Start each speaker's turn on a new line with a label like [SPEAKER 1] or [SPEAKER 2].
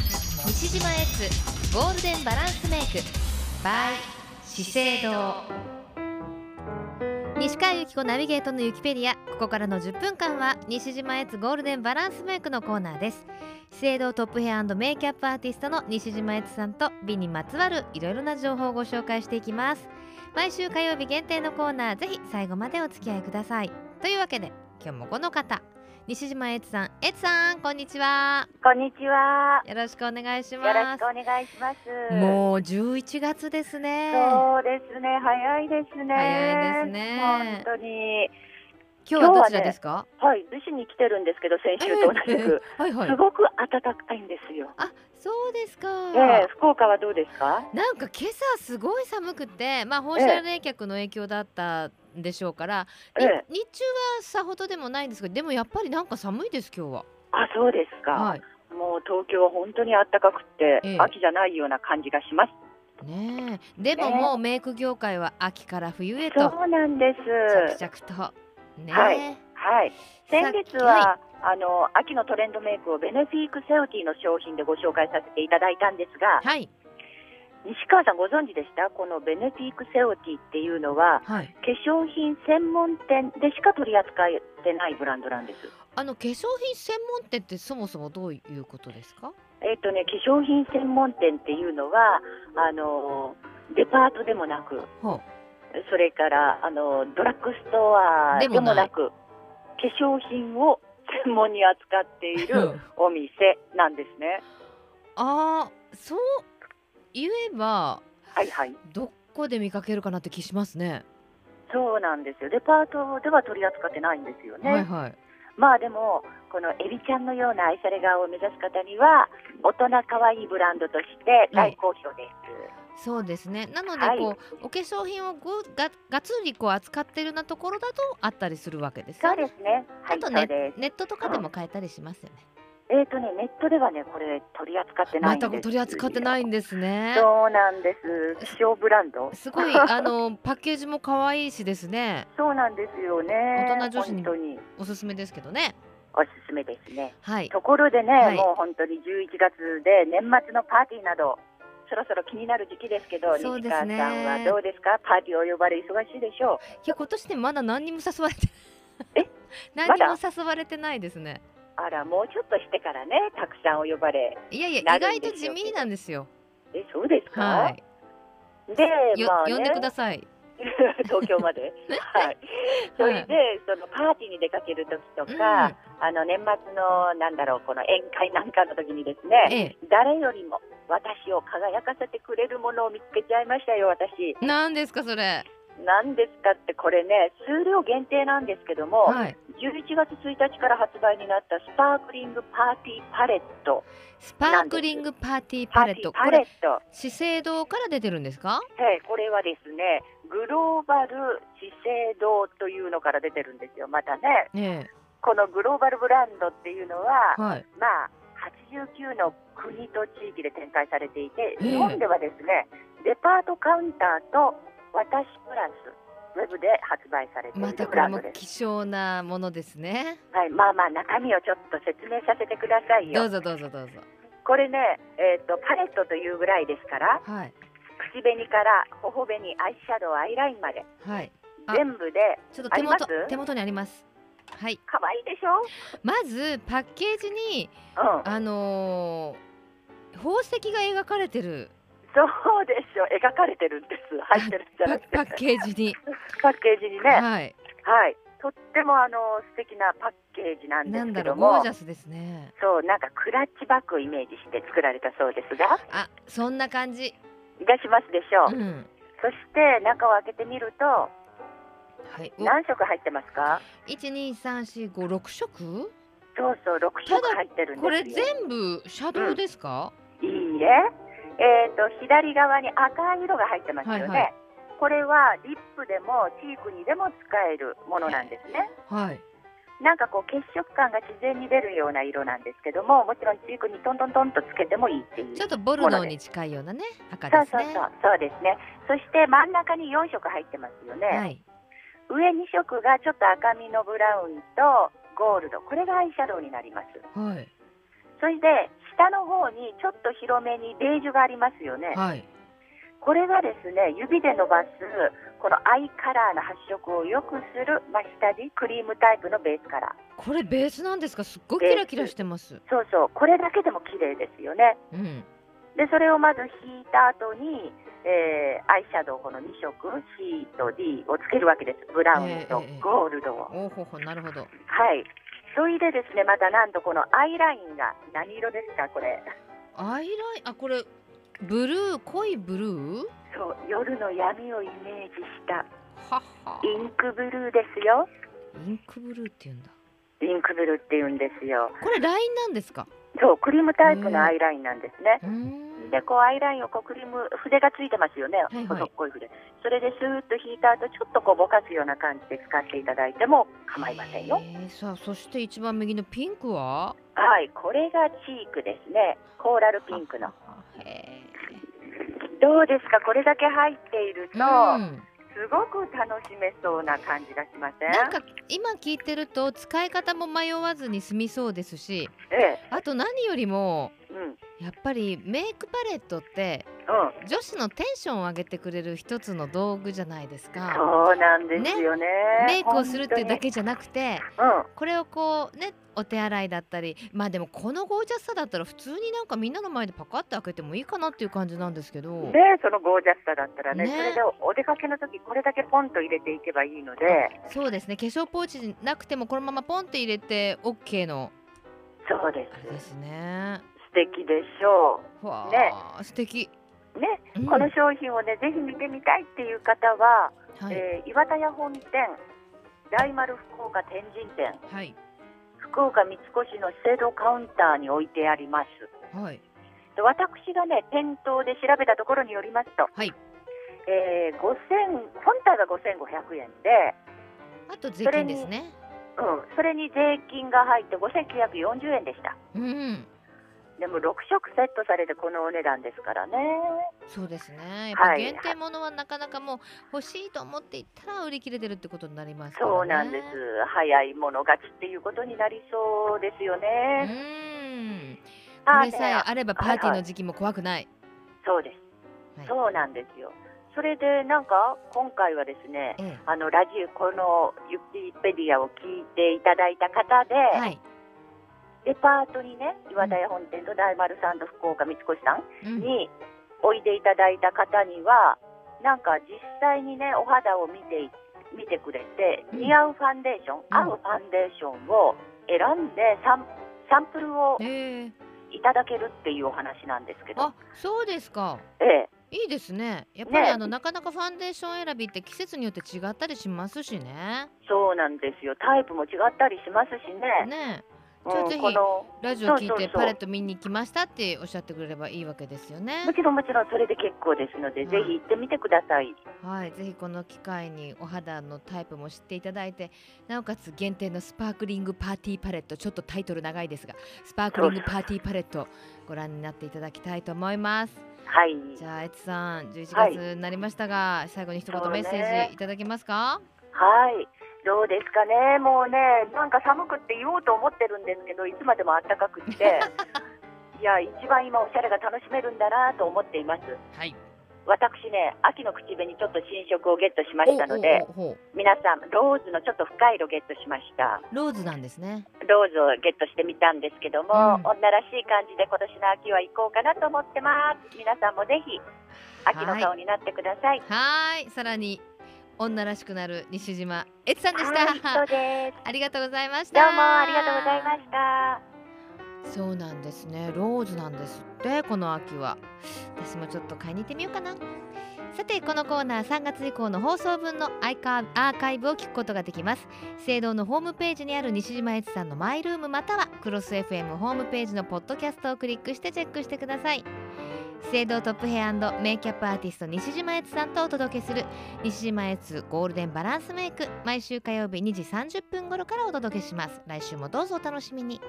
[SPEAKER 1] 西島エッツゴールデンバランスメイク by 資生堂西川由紀子ナビゲートのユキペディアここからの10分間は西島エッツゴールデンバランスメイクのコーナーです資生堂トップヘアメイキャップアーティストの西島エッツさんと美にまつわるいろいろな情報をご紹介していきます毎週火曜日限定のコーナーぜひ最後までお付き合いくださいというわけで今日もこの方西島エッツさんエッツさんこんにちは
[SPEAKER 2] こんにちは。
[SPEAKER 1] よろしくお願いし
[SPEAKER 2] よ
[SPEAKER 1] ます
[SPEAKER 2] ろしくお願いします。
[SPEAKER 1] もう11月ですね
[SPEAKER 2] そうですね、早いですね。
[SPEAKER 1] 早いですね
[SPEAKER 2] 本当に。
[SPEAKER 1] 今日はどちらですか、
[SPEAKER 2] はい、逗子に来てるんですけど、先週と同じく。
[SPEAKER 1] はいはい
[SPEAKER 2] すごく暖かいんですよ。
[SPEAKER 1] あそうですか、
[SPEAKER 2] ええ、福岡はどうですか。
[SPEAKER 1] なんか今朝すごい寒くて、まあ、放射冷却の影響だったんでしょうから、に
[SPEAKER 2] ええ
[SPEAKER 1] 日中はさほどでもないんですけどでもやっぱりなんか寒いです今日は。
[SPEAKER 2] あ、そうですか。
[SPEAKER 1] はい
[SPEAKER 2] もう東京は本当に暖かくて
[SPEAKER 1] ええ、
[SPEAKER 2] 秋じゃないような感じがします。
[SPEAKER 1] ねえ、でも
[SPEAKER 2] ねえ
[SPEAKER 1] もうメイク業界は秋から冬へと
[SPEAKER 2] そうなんです。
[SPEAKER 1] 着々とねえ、
[SPEAKER 2] はいはい。先月
[SPEAKER 1] さ
[SPEAKER 2] は。あの秋のトレンドメイクをベネフィークセオティの商品でご紹介させていただいたんですが、
[SPEAKER 1] はい
[SPEAKER 2] 西川さんご存知でしたこのベネフィークセオティっていうのは
[SPEAKER 1] はい
[SPEAKER 2] 化粧品専門店でしか取り扱ってないブランドなんです
[SPEAKER 1] あの化粧品専門店ってそもそもどういうことですか
[SPEAKER 2] えっ、とね化粧品専門店っていうのはあのデパートでもなく
[SPEAKER 1] は
[SPEAKER 2] それからあのドラッグストアでもなく化粧品を専門に扱っているお店なんですね
[SPEAKER 1] あーそう言えば
[SPEAKER 2] はいはい
[SPEAKER 1] どこで見かけるかなって気しますね。
[SPEAKER 2] そうなんですよデパートでは取り扱ってないんですよね、
[SPEAKER 1] はいはい。
[SPEAKER 2] まあでもこのエビちゃんのような愛され顔を目指す方には大人可愛いブランドとして大好評です。
[SPEAKER 1] そうですね。なので
[SPEAKER 2] はい
[SPEAKER 1] こう、お化粧品をごががっつりこう扱ってるようなところだとあったりするわけです
[SPEAKER 2] そう
[SPEAKER 1] よ
[SPEAKER 2] で
[SPEAKER 1] ね。
[SPEAKER 2] すね。は
[SPEAKER 1] あ
[SPEAKER 2] い、
[SPEAKER 1] と
[SPEAKER 2] そう
[SPEAKER 1] ね
[SPEAKER 2] です。
[SPEAKER 1] ネットとかでも買えたりしますよね。
[SPEAKER 2] えっ、とねネットではねこれ取り扱ってない
[SPEAKER 1] ま
[SPEAKER 2] んです
[SPEAKER 1] た
[SPEAKER 2] よ。
[SPEAKER 1] 取り扱ってないんですね。
[SPEAKER 2] そうなんです。希少ブランド。
[SPEAKER 1] すごいあのパッケージも可愛いしですね。
[SPEAKER 2] そうなんですよね。
[SPEAKER 1] 大人女子に
[SPEAKER 2] 本当に
[SPEAKER 1] おすすめですけどね。
[SPEAKER 2] おすすめですね。
[SPEAKER 1] はい。
[SPEAKER 2] ところでね、
[SPEAKER 1] はい
[SPEAKER 2] もう本当に11月で年末のパーティーなど。そろそろ気になる時期ですけど、
[SPEAKER 1] そう
[SPEAKER 2] 西
[SPEAKER 1] です
[SPEAKER 2] 川さ
[SPEAKER 1] ね
[SPEAKER 2] んはどうですか、パーティーお呼ばれ忙しいでしょう。
[SPEAKER 1] いや今年ねまだ何にも誘われて
[SPEAKER 2] え
[SPEAKER 1] 何に
[SPEAKER 2] ま
[SPEAKER 1] も誘われてないですね。
[SPEAKER 2] あら、もうちょっとしてからね、たくさんお呼ばれ。
[SPEAKER 1] いやいや
[SPEAKER 2] な
[SPEAKER 1] 意
[SPEAKER 2] る
[SPEAKER 1] 外
[SPEAKER 2] ん
[SPEAKER 1] と
[SPEAKER 2] です
[SPEAKER 1] 地
[SPEAKER 2] よ
[SPEAKER 1] 味なんですよ。
[SPEAKER 2] え、そうですか。
[SPEAKER 1] はい。
[SPEAKER 2] で、
[SPEAKER 1] よ
[SPEAKER 2] まあ、ね、
[SPEAKER 1] 呼んでください。
[SPEAKER 2] 東京まで。 はい。それで、そのパーティーに出かける時とか、あの年末のなんだろう、この宴会なんかの時にですね。
[SPEAKER 1] え
[SPEAKER 2] 誰よりも私を輝かせてくれるものを見つけちゃいましたよ、私。
[SPEAKER 1] え、なんですかそれ。
[SPEAKER 2] なんですかって、これね、数量限定なんですけども、
[SPEAKER 1] はい。
[SPEAKER 2] 11月1日から発売になったスパークリングパーティーパレット。
[SPEAKER 1] スパークリングパーティー
[SPEAKER 2] パ
[SPEAKER 1] パレ
[SPEAKER 2] ーテ
[SPEAKER 1] ッ
[SPEAKER 2] ィー
[SPEAKER 1] ト。
[SPEAKER 2] パ
[SPEAKER 1] こ
[SPEAKER 2] レッ
[SPEAKER 1] れ
[SPEAKER 2] ト。
[SPEAKER 1] 資生堂から出てるんですか？
[SPEAKER 2] はい、これはですね、グローバル資生堂というのから出てるんですよ、またね、
[SPEAKER 1] ね
[SPEAKER 2] このグローバルブランドっていうのは
[SPEAKER 1] え、、はい。
[SPEAKER 2] まあ、89の国と地域で展開されてい
[SPEAKER 1] え
[SPEAKER 2] て、
[SPEAKER 1] え
[SPEAKER 2] 日本ではですね、デパートカウンターと私プラス、ウェブで発売されてい
[SPEAKER 1] ま
[SPEAKER 2] る
[SPEAKER 1] た
[SPEAKER 2] ブ
[SPEAKER 1] これ
[SPEAKER 2] ランド
[SPEAKER 1] も
[SPEAKER 2] です。
[SPEAKER 1] 希少なものですね。
[SPEAKER 2] はい、まあまあ、中身をちょっと説明させてください
[SPEAKER 1] どう
[SPEAKER 2] よ。
[SPEAKER 1] ぞどうぞどうぞ。
[SPEAKER 2] これね、えっとパレットというぐらいですから、
[SPEAKER 1] はい
[SPEAKER 2] 口紅から頬紅、アイシャドウ、アイラインまで、
[SPEAKER 1] はい。あ
[SPEAKER 2] 全部で
[SPEAKER 1] ちょっと
[SPEAKER 2] あ
[SPEAKER 1] 手
[SPEAKER 2] ります
[SPEAKER 1] 元手元にあります。はい。
[SPEAKER 2] 可愛いでしょ
[SPEAKER 1] まずパッケージに
[SPEAKER 2] うん、
[SPEAKER 1] あのー宝石が描かれてる
[SPEAKER 2] そうですよ、描かれてるんです、入ってるんじゃ
[SPEAKER 1] パ
[SPEAKER 2] な
[SPEAKER 1] ッ
[SPEAKER 2] くて、
[SPEAKER 1] パッケージに、
[SPEAKER 2] パッケージに ね、
[SPEAKER 1] はい。
[SPEAKER 2] はい、とってもあの素敵なパッケージなんで
[SPEAKER 1] なん
[SPEAKER 2] す
[SPEAKER 1] だ
[SPEAKER 2] け
[SPEAKER 1] ろう
[SPEAKER 2] ど
[SPEAKER 1] ゴ
[SPEAKER 2] も
[SPEAKER 1] ージ、ャスですね。
[SPEAKER 2] そう、なんかクラッチバッグをイメージして作られたそうですが、
[SPEAKER 1] あそんな感じ。
[SPEAKER 2] いたしますでしょ
[SPEAKER 1] う
[SPEAKER 2] う、
[SPEAKER 1] ん。
[SPEAKER 2] そして中を開けてみると、
[SPEAKER 1] はい。お
[SPEAKER 2] 何色入ってますか、
[SPEAKER 1] 一二三四五六色？
[SPEAKER 2] そうそう、6色
[SPEAKER 1] ただ
[SPEAKER 2] 入ってるん
[SPEAKER 1] これ
[SPEAKER 2] ですよ。
[SPEAKER 1] 全部シャドウですか？
[SPEAKER 2] いいええー、と左側に赤い色が入ってますよね、
[SPEAKER 1] はいはい
[SPEAKER 2] これはリップでもチークにでも使えるものなんですね。
[SPEAKER 1] はい。
[SPEAKER 2] なんかこう血色感が自然に出るような色なんですけどももちろんチークにトントントンとつけてもいいっていう
[SPEAKER 1] ちょっとボルドーに近いようなね赤で
[SPEAKER 2] そう
[SPEAKER 1] す
[SPEAKER 2] そう
[SPEAKER 1] ね。
[SPEAKER 2] そうそうですねそして真ん中に4色入ってますよね、
[SPEAKER 1] はい。
[SPEAKER 2] 上2色がちょっと赤みのブラウンとゴールドこれがアイシャドウになります
[SPEAKER 1] はい。
[SPEAKER 2] それで下の方にちょっと広めにベージュがありますよね。
[SPEAKER 1] はい。
[SPEAKER 2] これがですね、指で伸ばす、このアイカラーの発色を良くする、まあ、下地、クリームタイプのベースカラー。
[SPEAKER 1] これベースなんですか。すっごいキラキラしてます。
[SPEAKER 2] そうそう、これだけでも綺麗ですよね。
[SPEAKER 1] うん。
[SPEAKER 2] で、それをまず引いた後に、えーアイシャドウこの2色、C と D をつけるわけです。ブラウンとゴールドを。
[SPEAKER 1] おおほほなるほど。
[SPEAKER 2] はい。それでですね、またなんとこのアイラインが何色ですか、これ。
[SPEAKER 1] アイラインあこれブルー濃いブルー？
[SPEAKER 2] そう、夜の闇をイメージした
[SPEAKER 1] はっは。
[SPEAKER 2] インクブルーですよ。
[SPEAKER 1] インクブルーって言うんだ。
[SPEAKER 2] インクブルーって言うんですよ。
[SPEAKER 1] これラインなんですか。
[SPEAKER 2] そう、クリームタイプのアイラインなんですね。
[SPEAKER 1] うーん。
[SPEAKER 2] で、こうアイラインをこうクリーム、筆がついてますよね、
[SPEAKER 1] いはい
[SPEAKER 2] 細っこい筆。それでスーッと引いた後、ちょっとこうぼかすような感じで使っていただいても構いませんよ。
[SPEAKER 1] えー、さあそして一番右のピンクは？
[SPEAKER 2] はい、これがチークですね。コーラルピンクの。。
[SPEAKER 1] へ
[SPEAKER 2] どうですか、これだけ入っている
[SPEAKER 1] え。
[SPEAKER 2] と、
[SPEAKER 1] うん。
[SPEAKER 2] すごく楽しめそうな感じがしません
[SPEAKER 1] なんか今聞いてると使い方も迷わずに済みそうですし、
[SPEAKER 2] ええ、
[SPEAKER 1] あと何よりも
[SPEAKER 2] うん、うん、
[SPEAKER 1] やっぱりメイクパレットって女子のテンションを上げてくれる一つの道具じゃないですか。
[SPEAKER 2] そうなんですよね。
[SPEAKER 1] メイクをするっていうだけじゃなくて、
[SPEAKER 2] 本当に。うん。
[SPEAKER 1] これをこうねお手洗いだったりまあでもこのゴージャスさだったら普通になんかみんなの前でパカッて開けてもいいかなっていう感じなんですけど
[SPEAKER 2] でそのゴージャスさだったらね
[SPEAKER 1] ね
[SPEAKER 2] それでお出かけの時これだけポンと入れていけばいいので
[SPEAKER 1] そうですね化粧ポーチなくてもこのままポンって入れて OK の
[SPEAKER 2] そうで
[SPEAKER 1] あれですすね
[SPEAKER 2] 素敵でしょ
[SPEAKER 1] わあ、素敵、
[SPEAKER 2] うね、
[SPEAKER 1] うん
[SPEAKER 2] この商品をねぜひ見てみたいっていう方は、
[SPEAKER 1] はい、
[SPEAKER 2] えー岩田屋本店大丸福岡天神店
[SPEAKER 1] はい
[SPEAKER 2] 福岡三越の資生堂カウンターに置いてあります
[SPEAKER 1] はい
[SPEAKER 2] で私がね店頭で調べたところによりますと、
[SPEAKER 1] はい
[SPEAKER 2] えー、5000本体が5500円で
[SPEAKER 1] あと税金ですね
[SPEAKER 2] うん、それに税金が入って5940円でした
[SPEAKER 1] うん
[SPEAKER 2] でも6色セットされてこのお値段ですからね
[SPEAKER 1] そうですねやっぱ
[SPEAKER 2] はい
[SPEAKER 1] 限定ものはなかなかもう欲しいと思っていったら売り切れてるってことになりますから、ね、
[SPEAKER 2] そうなんです早い者勝ちっていうことになりそうですよ
[SPEAKER 1] う
[SPEAKER 2] ね、
[SPEAKER 1] んこ
[SPEAKER 2] あ
[SPEAKER 1] れさえ
[SPEAKER 2] ね
[SPEAKER 1] あればパーティーの時期も怖くない、
[SPEAKER 2] そうです、
[SPEAKER 1] はい
[SPEAKER 2] そうなんですよそれでなんか今回はですね
[SPEAKER 1] え
[SPEAKER 2] あのラジオこのユキペディアを聞いていただいた方
[SPEAKER 1] えはい、
[SPEAKER 2] で、デパートにね岩田屋本店と大丸さんと福岡三越さん
[SPEAKER 1] うん
[SPEAKER 2] においでいただいた方にはなんか実際にねお肌を見てい見てくれて
[SPEAKER 1] うん
[SPEAKER 2] 似合うファンデーション、
[SPEAKER 1] ん
[SPEAKER 2] 合うファンデーションを選んでサンサンプルを
[SPEAKER 1] ええ
[SPEAKER 2] いただけるっていうお話なんですけど
[SPEAKER 1] あ、そうですか
[SPEAKER 2] ええ、
[SPEAKER 1] いいですねやっぱり、
[SPEAKER 2] ね
[SPEAKER 1] あのなかなかファンデーション選びって季節によって違ったりしますしね
[SPEAKER 2] そうなんですよタイプも違ったりしますしね
[SPEAKER 1] ねえ
[SPEAKER 2] う
[SPEAKER 1] じゃあ
[SPEAKER 2] ん
[SPEAKER 1] ぜひ
[SPEAKER 2] この
[SPEAKER 1] ラジオ聞い
[SPEAKER 2] そうそう
[SPEAKER 1] て
[SPEAKER 2] そう
[SPEAKER 1] パレット見に来ましたっておっしゃってくれればいいわけですよね
[SPEAKER 2] もちろんもちろんそれで結構ですので、
[SPEAKER 1] うん
[SPEAKER 2] ぜひ行ってみてください
[SPEAKER 1] はいぜひこの機会にお肌のタイプも知っていただいてなおかつ限定のスパークリングパーティーパレットちょっとタイトル長いですがスパークリングパーティーパレットご覧になっていただきたいと思います
[SPEAKER 2] はい
[SPEAKER 1] じゃあ、えつさん、11
[SPEAKER 2] はい
[SPEAKER 1] 月になりましたが、最後に一言
[SPEAKER 2] そう
[SPEAKER 1] メ
[SPEAKER 2] ね
[SPEAKER 1] ッセージいただけますか。
[SPEAKER 2] はいどうですかねもうねなんか寒くって言おうと思ってるんですけどいつまでも暖かくって いや一番今おしゃれが楽しめるんだなと思っています
[SPEAKER 1] はい。
[SPEAKER 2] 私ね秋の口紅ちょっと新色をゲットしま
[SPEAKER 1] お
[SPEAKER 2] したので
[SPEAKER 1] おおお
[SPEAKER 2] 皆さんローズのちょっと深い色ゲットしました
[SPEAKER 1] ローズなんですね。
[SPEAKER 2] ローズをゲットしてみたんですけども、
[SPEAKER 1] うん
[SPEAKER 2] 女らしい感じで今年の秋は行こうかなと思ってます皆さんもぜひ秋の顔になってください
[SPEAKER 1] はーい、さらに女らしくなる西島えつさんでし
[SPEAKER 2] はいそ
[SPEAKER 1] た。
[SPEAKER 2] うです
[SPEAKER 1] ありがとうございまし
[SPEAKER 2] ど
[SPEAKER 1] た。
[SPEAKER 2] うもありがとうございました
[SPEAKER 1] す。そうなんですね。ローズなんですってこの秋は。私もちょっと買いに行ってみようかな。さてこのコーナー3月以降の放送分のアイカーアーカイブを聞くことができます資生堂のホームページにある西島悦さんのマイルームまたはクロス FM ホームページのポッドキャストをクリックしてチェックしてください資生堂トップヘアメイキャップアーティスト西島悦さんとお届けする西島悦ゴールデンバランスメイク毎週火曜日2時30分頃からお届けします来週もどうぞお楽しみに